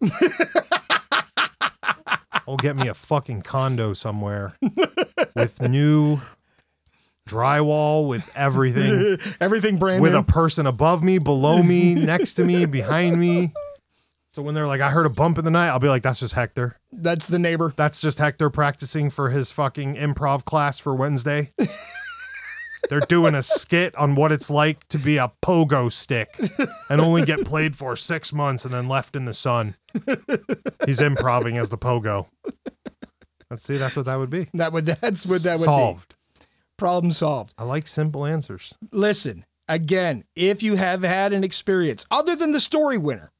A: I'll get me a fucking condo somewhere with new drywall, with everything
B: Everything brand
A: with
B: new.
A: a person above me, below me, next to me, behind me. So when they're like, I heard a bump in the night, I'll be like, that's just Hector.
B: that's the neighbor.
A: That's just Hector practicing for his fucking improv class for Wednesday. they're doing a skit on what it's like to be a pogo stick and only get played for six months and then left in the sun. He's improving as the pogo. Let's see, that's what that would be.
B: That would that's what that would be.
A: Solved.
B: Problem solved.
A: I like simple answers.
B: Listen, again, if you have had an experience other than the story winner.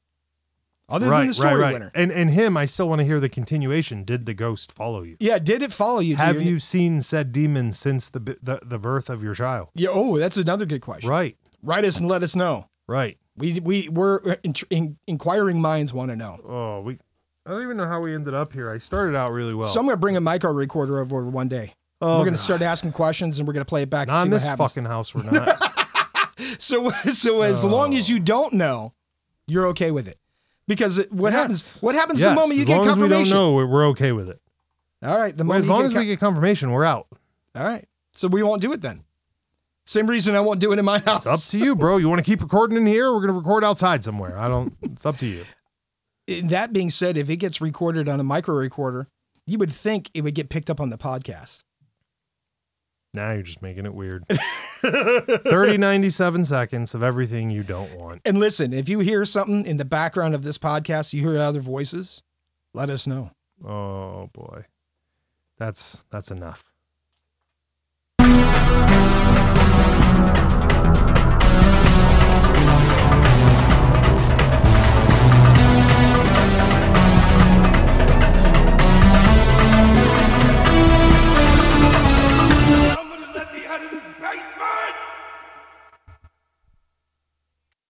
B: Other than the story winner.
A: And and him, I still want to hear the continuation. Did the ghost follow you?
B: Yeah, did it follow you? to
A: Have
B: your-
A: you seen said demon since the bi- the, the birth of your child?
B: Yeah, oh, that's another good question.
A: Right,
B: Write us and let us know.
A: right.
B: We we we're in, in, inquiring minds want to know.
A: Oh, we. I don't even know how we ended up here. I started out really well.
B: So I'm gonna bring a micro recorder over one day.
A: Oh,
B: we're gonna
A: God.
B: start asking questions and we're gonna play it back
A: not in
B: and see what
A: this
B: happens.
A: fucking house. We're not.
B: So so as long
A: Oh.
B: as you don't know, you're okay with it. Because it- what
A: Yes.
B: happens what happens
A: yes,
B: the moment you
A: as
B: get
A: long as we
B: confirmation?
A: don't know, we're, we're okay with it.
B: All right, the moment
A: as
B: you
A: long
B: get
A: as
B: co-
A: we get confirmation, we're out.
B: All right. So we won't do it then. Same reason I won't do it in my
A: It's
B: house.
A: up to you, bro. You want to keep recording in here? We're gonna record outside somewhere. I don't. It's up to you.
B: that being said, if it gets recorded on a micro recorder, you would think it would get picked up on the podcast.
A: Now you're just making it weird. 30, 97 seconds of everything you don't want.
B: And listen, if you hear something in the background of this podcast, you hear other voices, let us know.
A: Oh boy. That's that's enough.